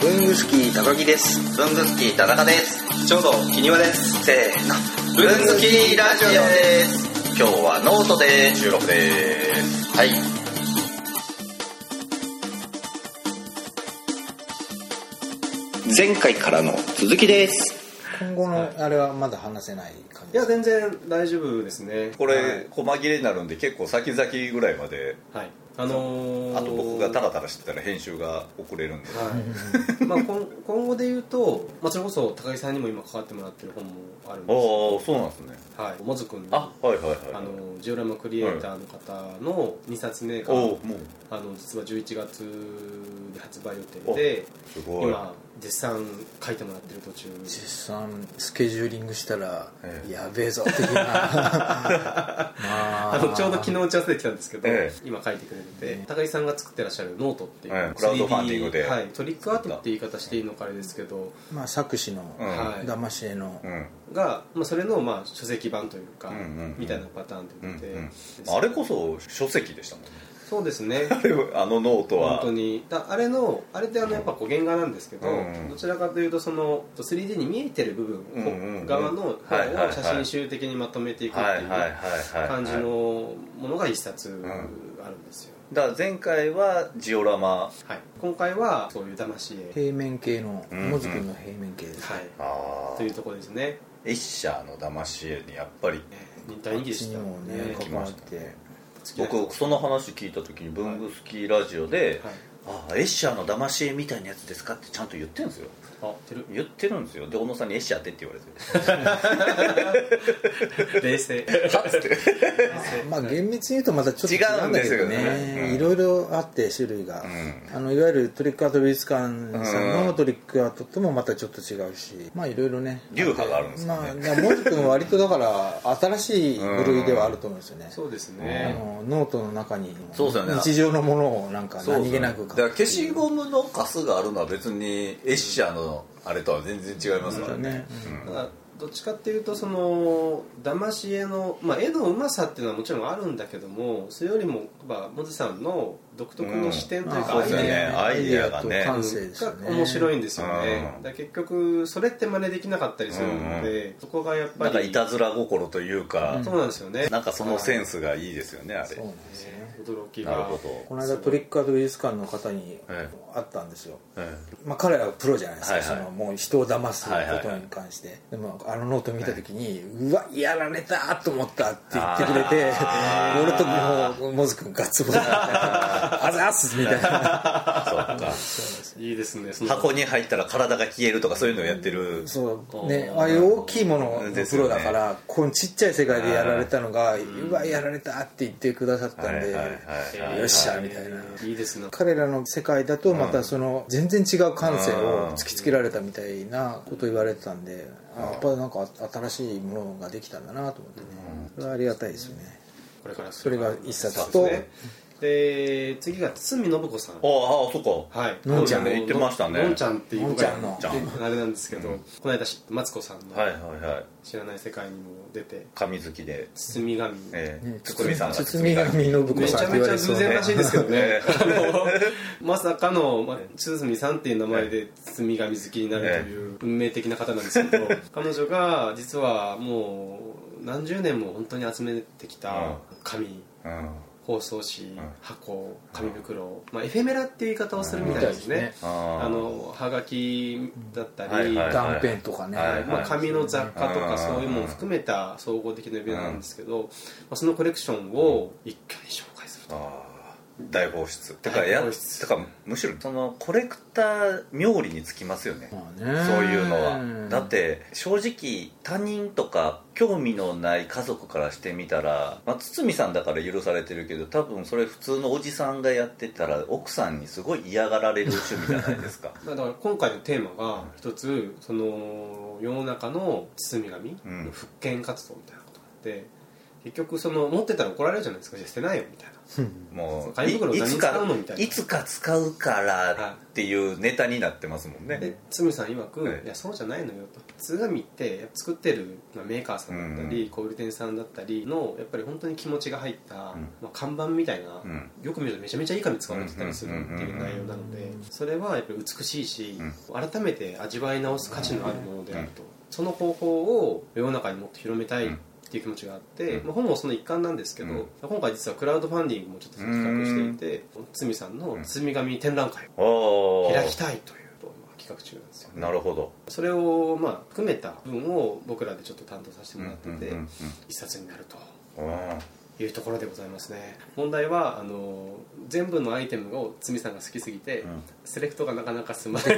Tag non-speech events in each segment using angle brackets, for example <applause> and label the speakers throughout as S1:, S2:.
S1: ブングスキー高木です
S2: ブングスキー田中です
S1: ちょうど木庭です
S2: せーのブングスキーラジオです今日はノートで収録ですはい前回からの続きです
S3: 今後のあれはまだ話せない感
S1: い
S3: じ
S1: や全然大丈夫ですね
S4: これ、
S1: はい、
S4: 細切れになるんで結構先々ぐらいまで
S1: はいあのー、
S4: あと僕がタラタラしてたら編集が遅れるんで、
S1: はい、まあ今今後で言うと、まあ、それこそ高木さんにも今関わってもらってる本もあるん
S4: ああ
S1: です
S4: そうなんですね
S1: はいもずくん
S4: あはいはいはい
S1: あのジオラマクリエイターの方の2冊目が、
S4: おおもう
S1: あの実は11月に発売予定で
S4: おすごい
S1: 今絶賛書いてもらってる途中
S3: 実際スケジューリングしたら、
S4: ええ
S3: やべえぞ的
S4: <laughs>
S3: なまあ
S1: あのちょうど昨日打ち合わせで来たんですけど、
S4: え
S1: 今書いてくれてて、高木さんが作ってらっしゃるノートっていう、
S4: ええクラウドファンディングで
S1: 3D はい、トリックアートって言い方していいのかあれですけど、
S3: まあ作詞の、
S4: うん
S1: はい、
S3: 騙し絵の、
S4: うん
S1: が、まあ、それのまあ書籍版というか、
S4: うんうんうん
S1: みたいなパターンで
S4: う
S1: 出
S4: ん
S1: て、
S4: うん、あれこそ書籍でしたもんね <laughs>
S1: そうですね
S4: あれあのノート
S1: 本
S4: は
S1: 当にだあれのあれってあのやっぱこう原画なんですけど、
S4: うんうん
S1: どちらかというとその 3D に見えてる部分、
S4: うんうんうん
S1: 側の方
S4: はいはいは
S1: を
S4: い
S1: 写真集的にまとめていくっていう
S4: は
S1: 感じ
S4: はい
S1: のものが一冊
S4: ん
S1: あるんですよ、
S4: だから前回はジオラマ
S1: はい、今回はそういう魂絵、
S3: 平面系の
S4: うんうん
S3: モズくんの平面系です、
S1: はい、
S4: あ
S1: というところですね
S4: エッシャーの騙し絵にやっぱり
S1: ね大人気でした
S3: こっちにもね
S4: 来
S3: 関
S4: ま
S3: わ
S4: し
S3: ったて、
S4: ね
S1: 好きな
S4: 僕その話聞いた時に文具スキーラジオで、
S1: はい、
S4: ああエッシャーの騙し絵みたいなやつですかってちゃんと言ってるんですよ
S1: あてる
S4: 言ってるんですよで小野さんに「エッシャーって」って言わ <laughs> れて
S1: 冷
S4: <laughs>
S1: 静冷静
S3: まあ厳密に言うとまたちょっと違うんだけどね
S4: 違うんですよねうん
S3: いろいろあって種類が、
S4: う
S3: あのいわゆるトリックアート美術館さん
S4: う
S3: の
S4: ん
S3: トリックアートともまたちょっと違うしまあいろいろね
S4: 流派があるんですよね
S3: まあ、だからモズくんは割とだから新しい部類ではあると思うんですよね、
S1: そうです
S3: あ
S1: ね、
S3: のノートの中に
S4: そうですよね
S3: 日常のものをなんか何気なく
S4: だ
S3: 書
S4: から
S3: くって
S4: 消
S3: い
S4: し
S3: う
S4: ゴムのカスがあるのは別にエッシャーのあれとは全然違いますからね
S3: ね、
S1: ただどっちかっていうとその騙し絵の、まあ、絵のうまさっていうのはもちろんあるんだけどもそれよりもまあモズさんの独特の視点というか、
S4: うんそうですよねアイデアが
S3: と
S4: ね
S3: 感性ですよね
S1: が面白いんですよね、
S4: うん
S1: だから結局それって真似できなかったりするので、そこがやっぱ
S4: なん
S1: り
S4: かいたずら心というか、
S1: そうなんですよね
S4: なんかそのセンスがいいですよねあれ
S3: そうなんですよね
S1: 驚きが
S4: なるほ
S3: こ
S4: ど、
S3: の間トリックアート美術館の方に
S4: え
S3: 会ったんですよ、
S4: え
S3: まあ、彼はプロじゃないですか、
S4: はいはい
S3: そのもう人を騙すことに関して、でもあのノート見た時に、うわやられたと思ったって言ってくれて俺ともうモズ君ガッツポーズあざっすみたいな
S4: えそっか
S1: いいですねその
S4: 箱に入ったら体が消えるとかそういうのをやってる
S3: そうねああいう大きいもののプロだから、このちっちゃい世界でやられたのがうわやられたって言ってくださったんで、
S1: えー
S3: よっしゃみたいない
S1: いですね
S3: 彼らの世界だとまたその全然違う感性を突きつけられたみたいなこと言われてたんであやっぱりなんか新しいものができたんだなと思ってねそれはありがたいですよね
S1: これから
S3: それが一冊
S1: そう
S3: と
S1: ですねで次が堤信子さん
S4: ああああそっか
S1: はい、
S3: のんちゃん
S4: 言ってましたね
S1: のんちゃんっていう子が
S3: のん
S4: ちゃん
S1: あれなんですけど、この間しマツコさんの
S4: はいはいはい
S1: 「知らない世界」にも出て
S4: 紙好きで、
S1: 「包み神」
S4: ええ
S3: ね
S4: つつみさんが
S3: 堤上信子
S1: めち
S3: さん
S1: ゃ
S3: って
S1: め
S3: 言わ
S1: ちゃ
S3: れそ
S1: 偶
S3: う
S1: 然
S3: ね
S1: らしいですけどね
S4: え
S1: <laughs> あのまさかのまあ堤さんっていう名前で包み神好きになるという運命的な方なんです
S4: <laughs>
S1: けど彼女が実はもう何十年も本当に集めてきた紙
S4: うん
S1: 包装紙箱紙袋、まあ、エフェメラっていう言い方をするみたいです
S3: みたい
S1: ね
S3: です
S4: あ
S1: あ
S4: の
S1: のはがきだったり、
S4: はいはい
S3: 断片とかね、
S4: はい
S1: まあ、紙の雑貨と
S4: う
S1: か
S4: ん
S1: そういうものを含めた総合的なイベントなんですけど、まあ、そのコレクションを一挙に紹介すると
S4: あー大放出てかや
S1: 大放出
S4: てかむしろそのコレクター冥利につきますよね
S3: まあ
S4: そう
S3: ね
S4: いうのはだって正直他人とか興味のない家族からしてみたら、まあ、堤さんだから許されてるけど多分それ普通のおじさんがやってたら奥さんにすごい嫌がられる趣味じゃな
S1: <laughs>
S4: いですか
S1: まあだから今回のテーマが一つその世の中の包み紙
S4: うん
S1: の復権活動みたいなことがあって結局その持ってたら怒られるじゃないですかじゃあ捨てないよみたいな
S4: もう
S1: 紙袋
S4: いい
S1: 何
S4: つ
S1: に使
S4: か
S1: うのみたいない
S4: つか使うからっていうネタになってますもんね、
S1: で堤さん曰く、
S4: はい
S1: い、やそうじゃないのよと通紙ってやっぱ作ってる、まあ、メーカーさんだったり、
S4: う
S1: 小売店さんだったりのやっぱり本当に気持ちが入った、
S4: ん
S1: まあ、看板みたいな、
S4: うん
S1: よく見るとめちゃめちゃいい紙使われてたりするっていう内容なのでそれはやっぱり美しいし、改めて味わい直す価値のあるものであると、その方法を世の中にもっと広めたい、っていう気持ちがあって、
S4: うん
S1: まあ、本もその一環なんですけど、
S4: うん
S1: 今回実はクラウドファンディングもちょっと企画していて堤さんの堤紙展覧会
S4: おー
S1: 開きたいという企画中なんですよね
S4: なるほど
S1: それをまあ含めた分を僕らでちょっと担当させてもらって
S4: うんうん
S1: て
S4: うん
S1: 一冊になると
S4: うんあー
S1: いうところでございますね問題はあの全部のアイテムをつみさんが好きすぎて、
S4: ん
S1: セレクトがなかなか進まない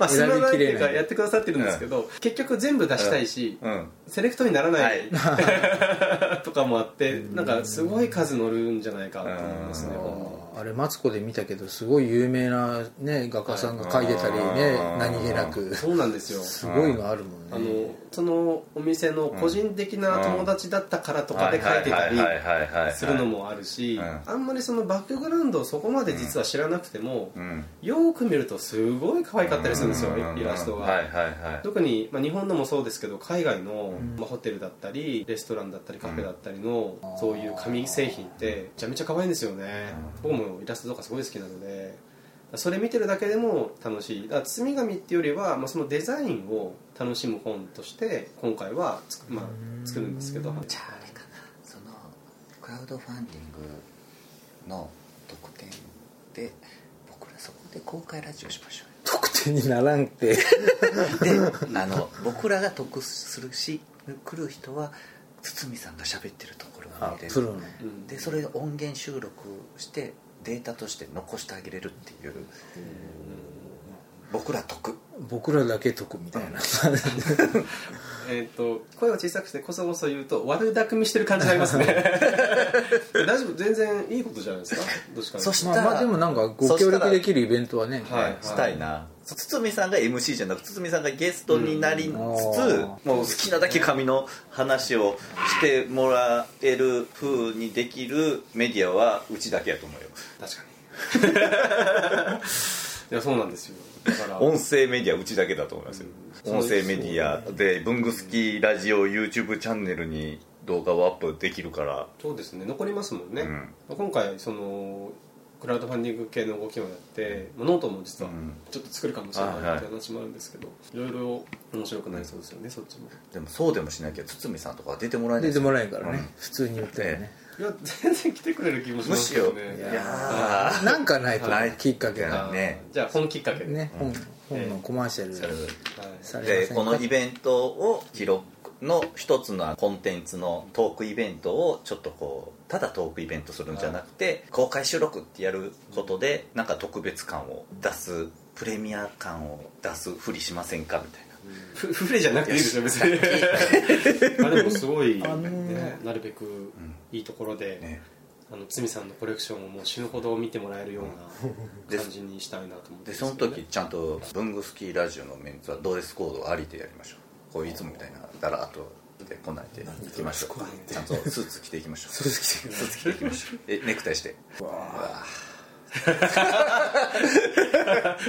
S1: まあ進まないっていうかやってくださってるんですけど、結局全部出したいし、
S4: うん
S1: セレクトになら
S4: は
S1: ないい、 <laughs> とかもあってなんかすごい数乗るんじゃないかと思いますね
S4: うん
S1: 本に
S3: あれマツコで見たけどすごい有名な、ね、画家さんが描いてたりね、
S4: はい
S3: 何気なく
S1: そうなんですよ
S3: すごいのあるもんね
S1: あのそのお店の個人的な友達だったからとかで書いてたり
S4: はいはいはいはいはい
S1: するのもあるし
S4: うん
S1: あんまりそのバックグラウンドをそこまで実は知らなくても
S4: うん
S1: よーく見るとすごい可愛かったりするんですよ
S4: うん
S1: イラスト
S4: はい
S1: が。
S4: はいはい
S1: 特に、まあ、日本のもそうですけど海外の、まあ、ホテルだったりレストランだったりカフェだったりのそういう紙製品ってめちゃめちゃ可愛いんですよね僕もイラストとかすごい好きなのでそれ見てるだけでも楽しいだから包み紙っていうよりは、まあ、そのデザインを楽しむ本として今回はつく、まあ、作るんですけど
S2: じゃああれかなそのクラウドファンディングの特典で僕らそこで公開ラジオしましょうよ
S3: 特典にならんって
S2: で
S1: <laughs>
S2: あの僕らが得するし来る人は堤さんが喋ってるところを
S3: あ
S2: 見れ
S3: プロ
S2: る
S3: の
S1: うん
S2: でそれを音源収録してデータとして残してあげれるっていう僕ら得
S3: 僕らだけ得みたいな、
S1: えー、と声を小さくしてこそこそ言うと悪巧みしてる感じになります <laughs> ね大丈夫全然いいことじゃないですかどっちか
S2: そし
S3: まあ、まあでもなんかご協力できるイベントはね
S1: たらはい
S4: したいな堤さんが MC じゃなく堤さんがゲストになりつつ
S3: ん
S4: もう好きなだけ紙の話をしてもらえる風にできるメディアはうちだけやと思うよ
S1: 確かに
S4: <laughs>
S1: いやそうなんですよだから
S4: 音声メディアうちだけだと思いますよ、
S1: うん
S4: 音声メディアで文具好きラジオ YouTube チャンネルに動画をアップできるから
S1: そうですね残りますもんね、
S4: うん
S1: 今回そのクラウドファンディング系の動きをやって、まあノートも実は
S4: うん
S1: ちょっと作るかもしれない
S4: あはい
S1: って話もあるんですけど、いろいろ面白くなりそうですよねそっちも
S4: でもそうでもしなきゃ堤さんとかは出てもらえない
S3: 出て
S4: ですよ
S3: もらえんからね、
S4: うん
S3: 普通に言ったらね、
S1: いや全然来てくれる気もし
S4: む
S1: ます
S4: し
S1: けど
S4: ろ
S1: ね
S4: い
S3: や
S4: やー
S3: なんかないと、
S1: は
S3: ね
S1: い、
S3: きっかけが
S1: あー
S4: ね
S1: じゃあ本きっかけで、
S3: ね、本本のコマーシャル
S1: はい
S3: されませ
S4: で
S3: んか
S4: このイベントを広くの一つのコンテンツのトークイベントをちょっとこうただトークイベントするんじゃなくて公開収録ってやることでなんか特別感を出すプレミア感を出すふりしませんかみたいな
S1: ふフレじゃなくていいですよ別に <laughs> あでもすごい、ね、なるべくいいところで、
S4: ね
S1: あのつみさんのコレクションをもう死ぬほど見てもらえるような感じにしたいなと思って
S4: でその時ちゃんと「文具スキーラジオ」のメンツはドレスコードありでやりましょうこういつもみたいなだらっとでこんなんで行きましょうちゃんとスーツ着ていきましょうスーツ着ていきましょうえネクタイして
S1: <laughs>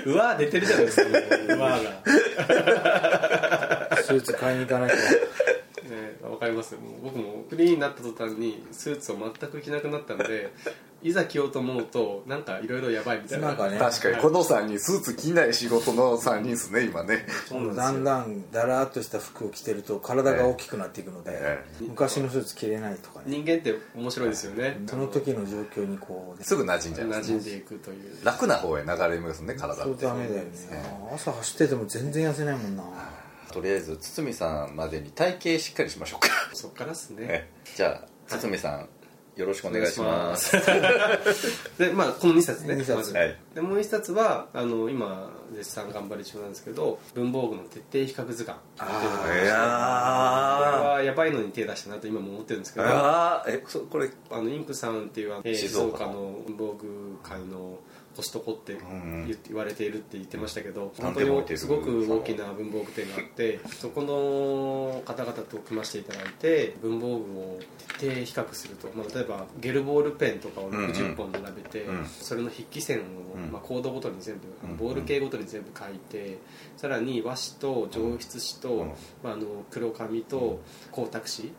S1: うわー出てるじゃないですかもううわーが、
S3: スーツ買いに行かないと
S1: ね、わかりますよもう僕もフリーになった途端にスーツを全く着なくなったのでいざ着ようと思うとなんかいろいろやばいみたいな
S3: なんかね
S5: 確かにこの3人スーツ着ない仕事の3人ですね今ね
S1: そうなんですよ
S3: だんだんだらーっとした服を着てると体が大きくなっていくので、
S5: え
S3: 昔のスーツ着れないとかね
S1: 人間って面白いですよね
S3: その時の状況にこうね
S5: すぐ馴染んじゃいま
S1: 馴
S5: す
S1: 染
S5: ね
S1: んでいくという
S5: 楽な方へ流れますね体
S3: そう
S5: って
S3: ダメだよね朝走ってても全然痩せないもんな
S4: とりあえず堤さんまでに体型しっかりしましょうか
S1: そっからっすね、
S4: えじゃあ堤さんよろしくお願いします
S1: <laughs> でまあこの2冊ね
S3: 二冊
S1: まず
S4: はい
S1: でもう1冊はあの今絶賛頑張り中なんですけど文房具の徹底比較図鑑っていうのがありまして
S4: い
S1: これ
S4: や
S1: はやばいのに手出したなと今も思ってるんですけ
S4: ー
S1: ど
S4: あーえそこれ
S1: あのインクさんっていうあのえー
S4: 静
S1: 静
S4: 岡
S1: 岡の文房具界のコストコって
S4: ん
S1: 言って言われているって言ってましたけど、
S4: なん
S1: 本
S4: でも置
S1: 当
S4: いてる
S1: にすごく大きな文房具店があってそこの方々と組ませていただいて文房具を徹底比較すると、まあ、例えばゲルボールペンとかを60本並べて、
S4: うん
S1: それの筆記線を、
S4: うん
S1: まあ、コードごとに全部、
S4: うん
S1: ボール形ごとに全部書いてさらに和紙と上筆紙と、
S4: うん
S1: まあ、あの黒紙と光沢紙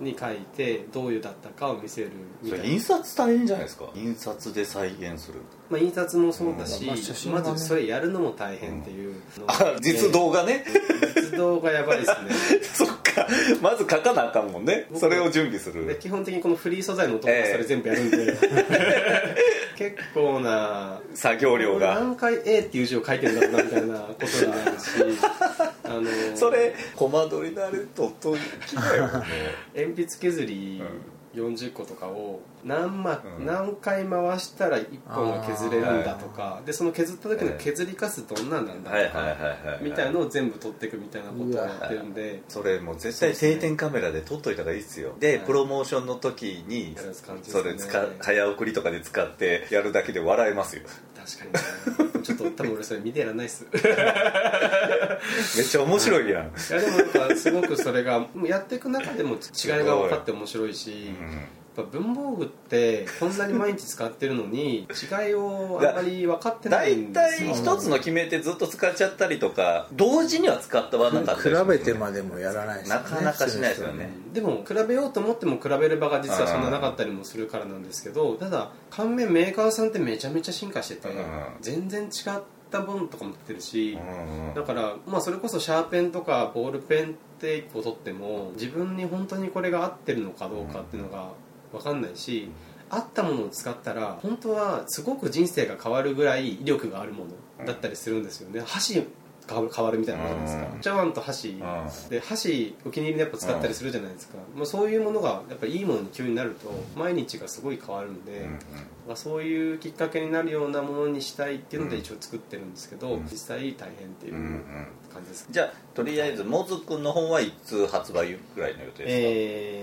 S4: うん
S1: に書いてどういうだったかを見せるみ
S4: そ
S1: たい
S4: れ
S1: な
S4: 印刷大変じゃないですか印刷で再現する
S1: まあ、印刷もそうだし、
S3: まあ写真は
S1: ま
S3: ね
S1: ずそれやるのも大変っていう、
S4: あ実動画ね
S1: 実動がやばいで
S4: <laughs>
S1: すね
S4: そっかまず書かなあかんもんねそれを準備す
S1: で
S4: る
S1: 基本的にこのフリー素材の音がそれ全部やるん
S4: <laughs>
S1: で、結構な
S4: 作業量が
S1: 何回 A っていう字を書いてるんだろうなみたいなことにな
S4: <laughs>
S1: るしあの
S4: それコマ撮りのあれとっときだよね
S1: 鉛筆削り40個とかを何,、ま
S4: うん
S1: 何回回したら1本が削れるんだとかでその削った時の削りかすどんなんなんだ
S4: はい
S1: と
S4: はい
S1: か
S4: はいはい
S1: みたいのを全部取っていくみたいなことをやってるんで。
S4: それもう絶対定点カメラで撮っといた方がいいですよで
S1: はい
S4: プロモーションの時に
S1: やる感じです
S4: そ
S1: ね
S4: れ使早送りとかで使ってやるだけで笑えますよ
S1: <laughs> 確かにねちょっと多分俺それ見てやらないっす
S4: めっちゃ面白いやん、
S1: いやでもなんかすごくそれがもうやっていく中でも違いが分かって面白いし、やっ
S4: う
S1: ぱ文房具ってこんなに毎日使ってるのに違いをあんまり分かって
S4: ん、
S1: ない
S4: 大
S1: んで
S4: 体
S1: すよ
S4: 一つの決めてずっと使っちゃったりとか同時には使ってはなかったりします
S3: 比べてまでもやらないですよね
S4: なかなかしないですよね
S1: でも比べようと思っても比べる場が実はそんななかったりもするからなんですけどただ反面メーカーさんってめちゃめちゃ進化してて
S4: うん
S1: 全然違ったものとかも売ってるし
S4: うんうん
S1: だから、まあ、それこそシャーペンとかボールペンって1個取っても自分に本当にこれが合ってるのかどうかっていうのが分かんないし合ったものを使ったら本当はすごく人生が変わるぐらい威力があるものだったりするんですよね箸が変わるみたいなことですか
S4: うん
S1: 茶碗と箸で箸お気に入りでやっぱ使ったりするじゃないですか、まあ、そういうものがやっぱいいものに急になると毎日がすごい変わるんで、
S4: うんうん
S1: まあ、そういうきっかけになるようなものにしたいっていうので一応作ってるんですけど、実際大変っていううん
S4: うん
S1: 感じです、
S4: じゃあとりあえずモズくんの本はいつ発売ぐらいの予定で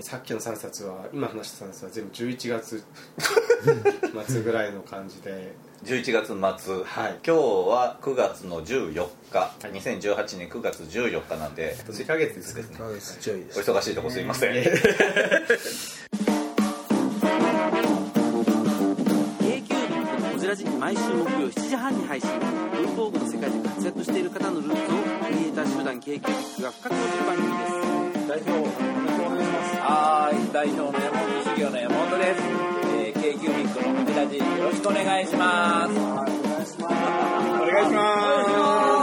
S1: え
S4: すか、
S1: ーさっきの3冊は今話した3冊は全部11月
S4: <laughs>
S1: 末ぐらいの感じで
S4: 11月末、
S1: はい
S4: 今日は9月の14日、
S1: い
S4: 2018年9月14日なんで
S1: 2ヶ月ですね
S3: そうですちょいで
S4: お
S3: す
S4: 忙しいとこすいません、
S6: k q b こちらじ毎週木曜7時半に配信文房具の世界で活躍している方のルーツをクリエイター集団 k q b が深く落ちる番組です代表お願いしますはい代表の山本修行の山本です、えー、k q b のこちらじよろしくお願いしますお願いしますお願いしますい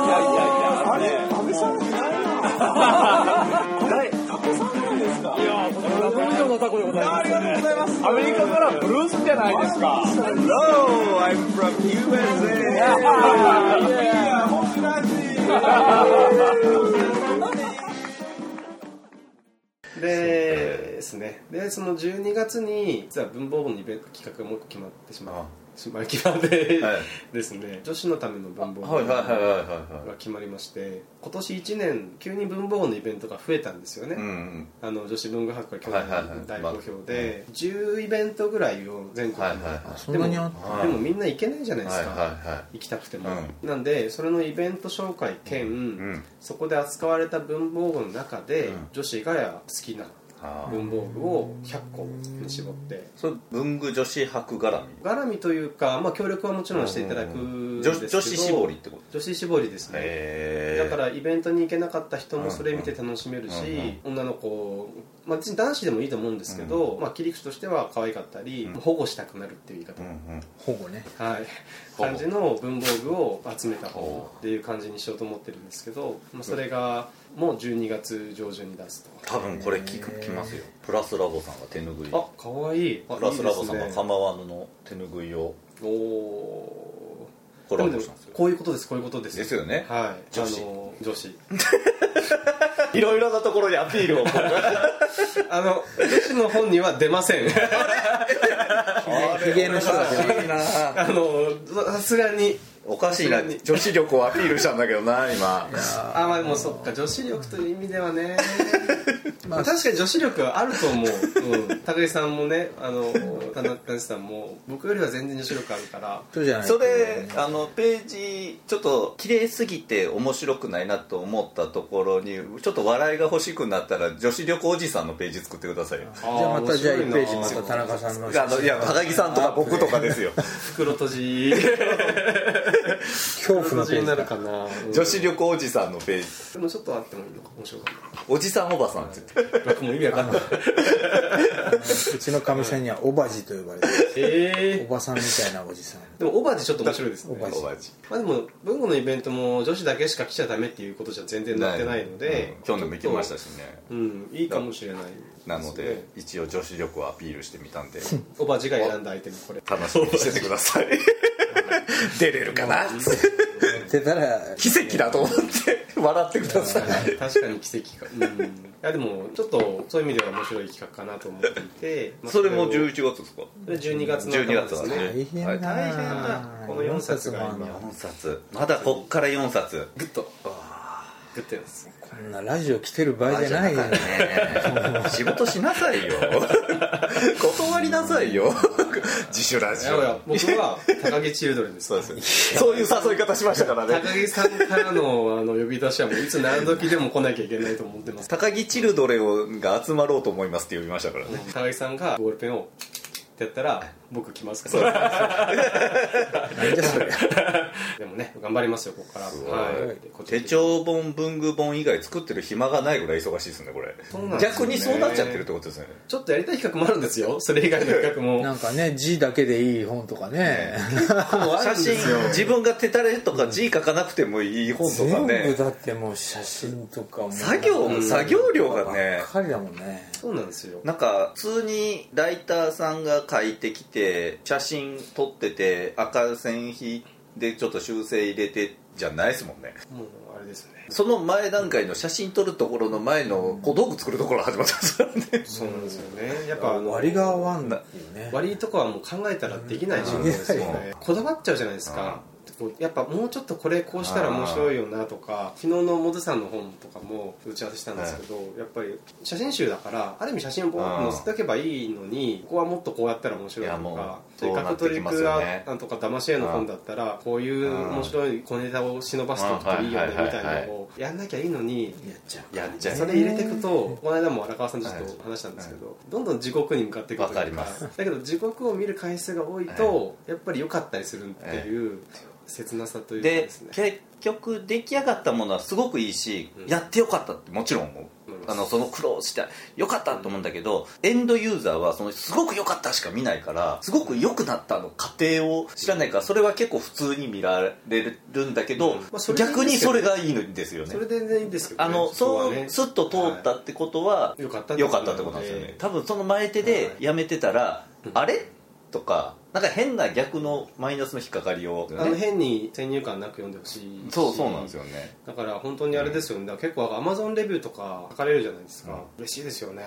S6: やいやいや安倍さんじゃないな誰タコさんなんですかいや以上のタコでございますありがとうございますアメリカからブルースじゃないですか
S1: でですねでその12月に実は文房具のイベント企画がもう一個決まってしま
S4: あ
S1: うしまい決まって、
S4: はい
S1: ですね女子のための文房
S4: はいはい
S1: 具
S4: はいはい
S1: が
S4: はいはい
S1: 決まりまして今年1年急に文房具のイベントが増えたんですよね、
S4: うんうん
S1: あの女子文具博が去
S4: はいはいはい
S1: 年大好評で10イベントぐらいを全国
S4: はい
S1: に、
S4: はいはい
S3: あそんなにあっ
S1: で
S3: た
S1: もでもみんな行けないじゃないで
S4: はい
S1: す
S4: は
S1: か、
S4: いは
S1: 行きたくても、なんでそれのイベント紹介兼、
S4: いうん
S1: そこで扱われた文房具の中で、
S4: うん
S1: 女子が好きな
S4: あー
S1: 文房具を100個に絞って
S4: それ文具女子博絡み
S1: 絡みというか、まあ、協力はもちろんしていただくんですけど
S4: 女女子絞りってこと
S1: 女子絞りですね
S4: へ
S1: だからイベントに行けなかった人もそれ見て楽しめるし、女の子、まあ、別に男子でもいいと思うんですけど、まあ、切り口としては可愛かったり、保護したくなるっていう言い方、
S4: うんうん
S3: 保護ね
S1: はい、
S4: ほう
S1: 感じの文房具を集めた
S4: ほ
S1: 方っていう感じにしようと思ってるんですけど、まあ、それがもう12月上旬に出す
S4: 多分これ聞くきますよプラスラボさんが手ぬぐい
S1: とあ可愛いいあ
S4: プラスラボさん
S1: いい
S4: が
S1: です
S4: カ
S1: ね
S4: マワヌの手ぬぐいを
S1: おお
S4: コラボしたんですよ
S1: こういうことですこういうことです
S4: ですよね
S1: はい
S4: 女子
S1: あの女子
S4: <laughs> いろいろなところにアピールを
S1: あの女子の本には出ません
S3: ひげの人だけど
S1: あのさすがに
S4: おかしいな
S1: 普通に
S5: 女子力をアピールしたんだけどな今
S3: <laughs>
S1: あまあでもそっか女子力という意味ではねまあ、確かに女子力はあると思う、うん、高木さんもねあの田中さんも僕よりは全然女子力あるから
S3: そうじゃない
S4: <laughs> それあのページちょっと綺麗すぎて面白くないなと思ったところにちょっと笑いが欲しくなったら女子力おじさんのページ作ってくださいよ
S1: じ
S3: じゃあまたじゃあ1ページまた田中さんの
S4: あのいや高木さんとか僕とかですよ
S1: 袋閉
S3: <laughs>
S1: じ
S3: 恐怖のページ
S1: になる
S3: だ
S1: かな、うん
S4: 女子力おじさんのページ
S1: でもちょっとあってもいいのか面白いか
S4: おじさんおばさんって言って
S1: な僕も意味わかんないう
S3: ちのかみさんにはおばじと呼ばれて
S1: え
S3: るおばさんみたいなおじさん
S1: ー、でもオバジちょっと面白いですね
S3: オバジ
S4: おばじ
S1: まあでも文庫のイベントも女子だけしか来ちゃダメっていうことじゃ全然なってないので、
S4: うん去年も行きましたしね
S1: うんいいかもしれない
S4: なので一応女子力をアピールしてみたんで
S1: オバジが選んだアイテム
S4: <laughs>
S1: これ
S4: 楽しみにしててください <laughs> 出れるかな
S3: 出たら
S4: 奇跡だと思って <laughs> 笑ってください
S1: 確かに奇跡か、うん、いやでもちょっとそういう意味では面白い企画かなと思っていて、まあ
S4: それも
S1: れを
S4: 11月ですか
S1: それ12月の
S4: 12月
S1: です
S4: だね
S1: ね
S3: 大変だな
S1: 大変だこの4冊が今
S4: 4冊まだこっから4冊
S1: グッとグッとです
S3: こんなラジオ来てる場合じゃないよ
S4: ね仕事しなさいよ <laughs> 断りなさいよ
S5: 自主ラ
S1: い
S5: ジ
S1: や
S5: オ
S1: ほら僕は高木チルドレンです
S4: そうですよそういう誘い方しましたからね
S1: 高木さんからのあの呼び出しはもういつ何時でも来なきゃいけないと思ってます
S4: 高木チルドレンが集まろうと思いますって呼びましたからね
S1: 高木さんがボールペンをってやったら僕来ますから
S3: なんじゃそれ
S1: <laughs> でもね頑張りますよここからはいこっち
S4: 手帳本文具本以外作ってる暇がないぐらい忙しいですねこれ
S1: そうなんですよ
S4: 逆
S1: ね
S4: にそうなっちゃってるってことですよね
S1: ちょっとやりたい企画もあるんですよそれ以外の企画も
S3: なんかね字だけでいい本とかね
S4: 写真自分が手垂れとか字書かなくてもいい本とか
S3: 全部
S4: ね
S3: だってもう写真とかも
S4: 作業作業量がね
S3: ばっかりだもんね
S1: そうなんですよ
S4: なんか普通にライターさんが書いてきて写真撮ってて赤線引いてちょっと修正入れてじゃないですもんね
S1: もうあれですね
S4: その前段階の写真撮るところの前の小道具作るところが始まったんですからね
S1: そうなんですよねやっぱあの
S3: 割りが合わんだよね
S1: 割りとかはもう考えたらできない仕事ですよねこだわっちゃうじゃないですかこうやっぱもうちょっとこれこうしたら面白いよなとか昨日のモズさんの本とかも打ち合わせしたんですけど、やっぱり写真集だからある意味写真をボーッと載せとけばいいのにここはもっとこうやったら面白い
S4: いや
S1: と
S4: も
S1: か
S4: う
S1: で
S4: そうな
S1: 角
S4: って
S1: 取
S4: き
S1: り
S4: ま
S1: ク
S4: すよね
S1: ラなんとか騙し絵の本だったらこういう面白い小ネタを忍ばしておくといいよねみたいなのをやんなきゃいいのに
S3: やっちゃう
S4: やっちゃ
S1: それ入れていくとこの間も荒川さんとちょっと話したんですけど、どんどん地獄に向かっていくという
S4: わかります
S1: だけど地獄を見る回数が多いと、やっぱり良かったりするっていう切なさというか
S4: で
S1: ですね
S4: 結局出来上がったものはすごくいいし、
S1: うん
S4: やってよかったってもちろん思う
S1: 思います
S4: あのその苦労したよかったと思うんだけど、エンドユーザーはそのすごく良かったしか見ないからすごく良くなったの過程を知らないからそれは結構普通に見られるんだけど、
S1: うんまあそれでいいんですよ
S4: 逆にそれがいいんですよね
S1: それで全然いいんですけど、
S4: あのそう
S1: ね
S4: スッと通ったってことは、
S1: 良かった
S4: 良かったってことなんですよね多分その前手
S1: は
S4: で
S1: い
S4: やめてたら、あれとかなんか変な逆のマイナスの引っかかりを、
S1: あの変に先入観なく読んでほしいし
S4: そうそうなんですよね
S1: だから本当にあれですよね、だから結構アマゾンレビューとか書かれるじゃないですか、嬉しいですよね、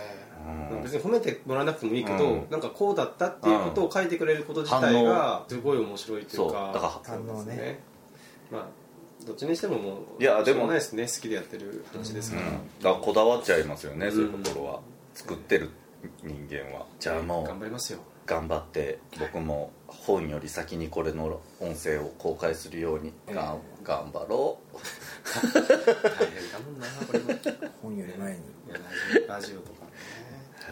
S4: うん
S1: 別に褒めてもらわなくてもいいけど、
S4: うん
S1: なんかこうだったっていうことを書いてくれること自体がすごい面白いという
S4: そう
S1: か
S4: だから
S3: 反応ね
S1: まあどっちにしてももう
S4: いやで
S1: しょ
S4: も
S1: うがないですね好きでやってる話ですから、
S4: だからこだわっちゃいますよね、
S1: ん
S4: そういうところは作ってる人間はじゃあも
S1: 頑張
S4: う
S1: りますよ
S4: 頑張って僕も本より先にこれの音声を公開するようにがん頑張ろう
S1: 大変だもんなこれもい
S3: 本より前に
S1: やラジオとかね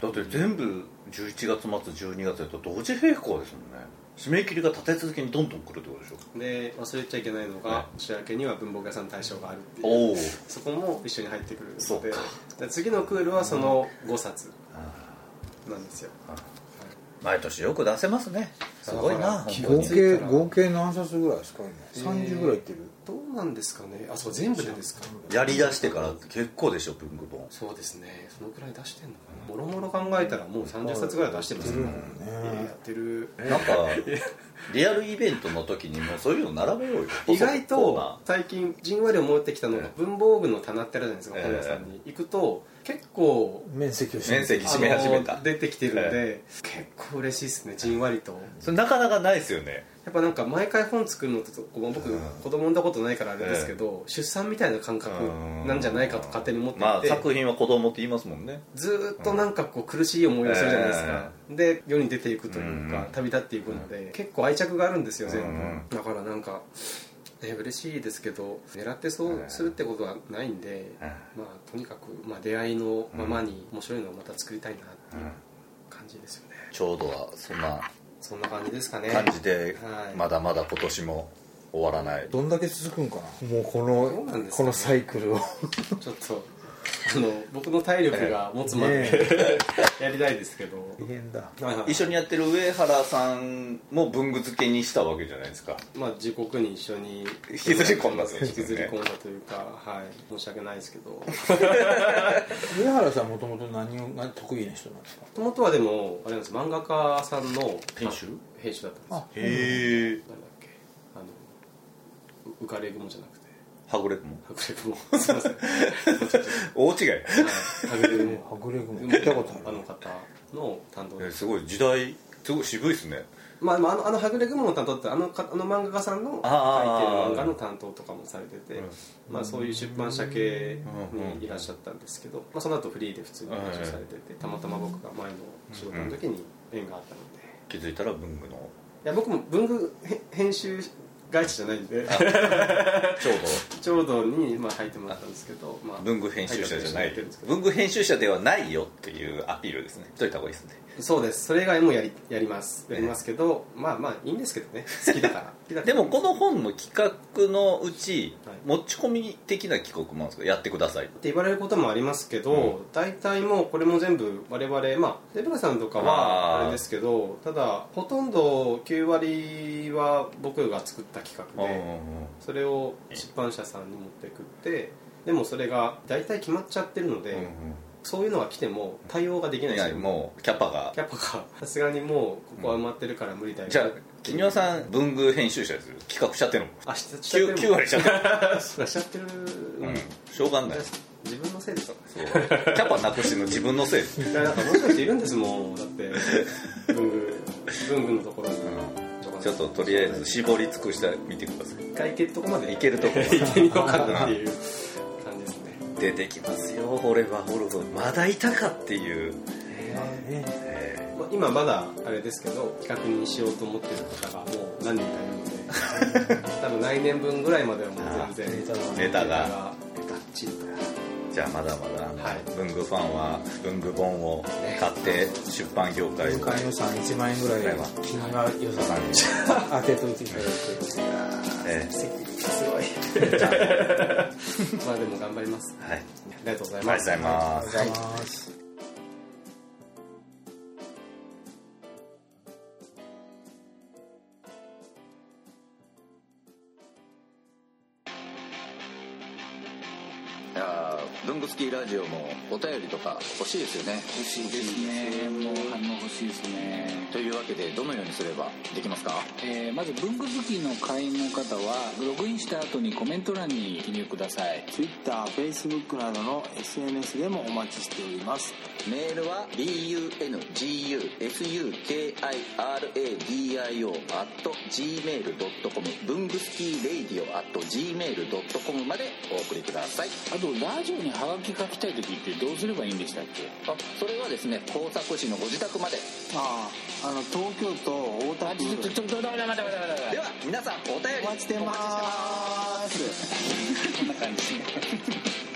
S4: だって全部11月末12月だと同時並行ですもんね締め切りが立て続けにどんどん来るってことでしょ
S1: で忘れちゃいけないのが、
S4: はい
S1: 年明けには文房具屋さん大賞があるっていう
S4: おお
S1: そこも一緒に入ってくる
S4: そ
S1: の
S4: う
S1: で
S4: か
S1: で次のクールはその5冊なんですよ
S4: 毎年よく出せますねすごいな
S1: 気が
S3: 合
S1: つい
S3: 計
S1: たら
S3: 合計何冊ぐらいですか今30ぐらいいってる
S1: どうなんですかねあそう全部でですか
S4: やりだしてから結構でしょ文具本
S1: そうですねそのくらい出してんのかなもろもろ考えたらもう30冊ぐらい出してますねやってる
S4: なん <laughs> かリアルイベントの時にもうそういうの並べようよ
S1: 意外
S4: コーナー
S1: と最近じんわり思ってきたのが
S4: え
S1: 文房具の棚ってあるじゃないですか
S4: ええ
S1: 本屋さんに行くと結構
S3: 面積を占め
S4: 面積
S1: あ
S4: 締め始めた
S1: の出てきてるので結構嬉しいですねじんわりと
S4: それなかなかないですよね
S1: やっぱなんか毎回本作るのってこう僕子供産んだことないからあれですけど、出産みたいな感覚なんじゃないかと勝手に思っていて、
S4: まあ作品は子供って言いますもんね
S1: ずーっとなんかこう苦しい思いをするじゃないですか、で世に出ていくというか、
S4: うん
S1: 旅立っていくので、結構愛着があるんですよ全部、
S4: うん
S1: だからなんか、ね、嬉しいですけど狙ってそうするってことはないんで、
S4: うん
S1: まあとにかく、まあ、出会いのままに面白いのをまた作りたいなっていう感じですよね、
S4: ちょうどはそんな
S1: そんな感じですかね
S4: 感じで
S1: はい
S4: まだまだ今年も終わらない
S3: どんだけ続くんかなもうこ
S1: うなんで
S3: の
S1: すかね
S3: このサイクルを
S1: ちょっとあの僕の体力が持つまで <laughs> やりたいですけど、
S3: 大変だ
S1: はいはい
S4: 一緒にやってる上原さんも文具付けにしたわけじゃないですか
S1: まあ、時刻に一緒に
S4: 引きずり込
S1: <laughs>
S4: んだという
S1: 引きずり込んだというか、はい、申し訳ないですけども
S3: 上原さんもともと何を何得意な人なんですか
S1: ともとはでもあれなんです漫画家さんの
S4: 編集
S1: あ編集だったんですよ
S3: あ
S4: へえ
S1: なんだっけあのう浮かれ雲じゃなくて
S4: はぐれも
S1: 迫れ雲 <laughs> すいません
S4: 大違い
S1: はい迫れ雲
S3: はぐれ雲聞いたことあ
S1: あ
S3: る
S1: の方の担当
S4: え
S1: です
S4: すごい時代すごい渋いですね
S1: まあ、でもあのあのはぐれ雲の担当ってあのかあの漫画家さんの書いてる
S4: あー
S1: 漫画の担当とかもされてて、まあ、そういう出版社系にいらっしゃったんですけど、まあ、その後フリーで普通に編集されててたまたま僕が前の仕事の時に縁があったので、い
S4: 気づいたら文具の
S1: や僕も文具へ編集会社じゃないん
S4: <laughs>
S1: で
S4: ちょう
S1: ちょうどにまあ入ってもらったんですけど、まあ、
S4: ど文具編集者じゃな
S1: 入っ
S4: い
S1: てるんですけど
S4: 文具編集者ではないよっていうアピールですねしといた方がいいですね
S1: そうですそれ以外もやりやりますやりますけど、まあまあいいんですけどね好きだから好きだから
S4: <laughs> でもこの本の企画のうち
S1: はい
S4: 持ち込み的な企画もあるんですかやってください
S1: って言われることもありますけど、大体もうこれも全部我々まあデブラさんとか
S4: あ
S1: は
S4: ー
S1: あれですけどただほとんど9割は僕が作った企画で、それを出版社さんに持ってくってでもそれが大体決まっちゃってるので、
S4: うんうん
S1: そういうのが来ても対応ができないん
S4: い
S1: です
S4: や
S1: よ
S4: もうキャパが
S1: キャパがさすがにもうここは埋まってるから無理だよ、
S4: じゃあ君はさん文具編集者ですよ企画しちゃってるの
S1: あししちゃってる
S4: 9, 9割しちゃってる、
S1: しちゃってる、
S4: <laughs>
S1: <laughs>
S4: うん、しょうがない
S1: 自分のせいですか
S4: そうキャパなくしてんの自分のせいです
S1: いやなんか面白い人いるんですもんだって文具文具のところに、
S4: ちょっととりあえず絞り尽くしてみてくださ
S1: 一回行けるとこまで
S4: いいけるとこ
S1: 行ってみようかなっていう感じですね
S4: 出てきますよ掘れば掘るほどまだいたかっていう、
S3: ね
S4: え
S1: まあ今まだあれですけど企画にしようと思ってる方がもう何人かいるので多分来年分ぐらいまではもう全然
S4: ネタ
S1: が
S4: が
S1: バッチリと
S4: ーじゃあまだまだあの、
S1: はい
S4: 文具ファンは文具本を買って出版業界
S3: 予
S4: を
S3: 算1万円ぐらいは気には予算当てといていただいて
S4: え
S1: 奇跡すごいまあでも頑張ります
S4: ーはい
S1: ありがとうござい
S4: ありが
S1: ま
S4: とうご
S1: す
S4: ざいます
S3: ありがとうございます
S7: いやー文具好きラジオもお便りとか欲しいですよね欲しいですねもう反応欲しいですねというわけでどのようにすればできますか
S8: えーまず文具好きの会員の方はログインした後にコメント欄に記入ください
S9: TwitterFacebook などの SNS でもお待ちしております
S7: メールは bungusukradio gmail.com 文具好きレイディオ gmail.com までお送りください
S8: あとラジオにハガキ書きたい時ってどうすればいいんでしたっけ
S7: あそれはですね工作士のご自宅まで
S9: あああの東京都大田
S8: あちょっと
S9: 区
S8: ちょっとダメダメダメダメダメ
S7: では皆さんお便り
S9: お待ちしてま
S7: お待ちしてます
S9: す
S8: こんな感じ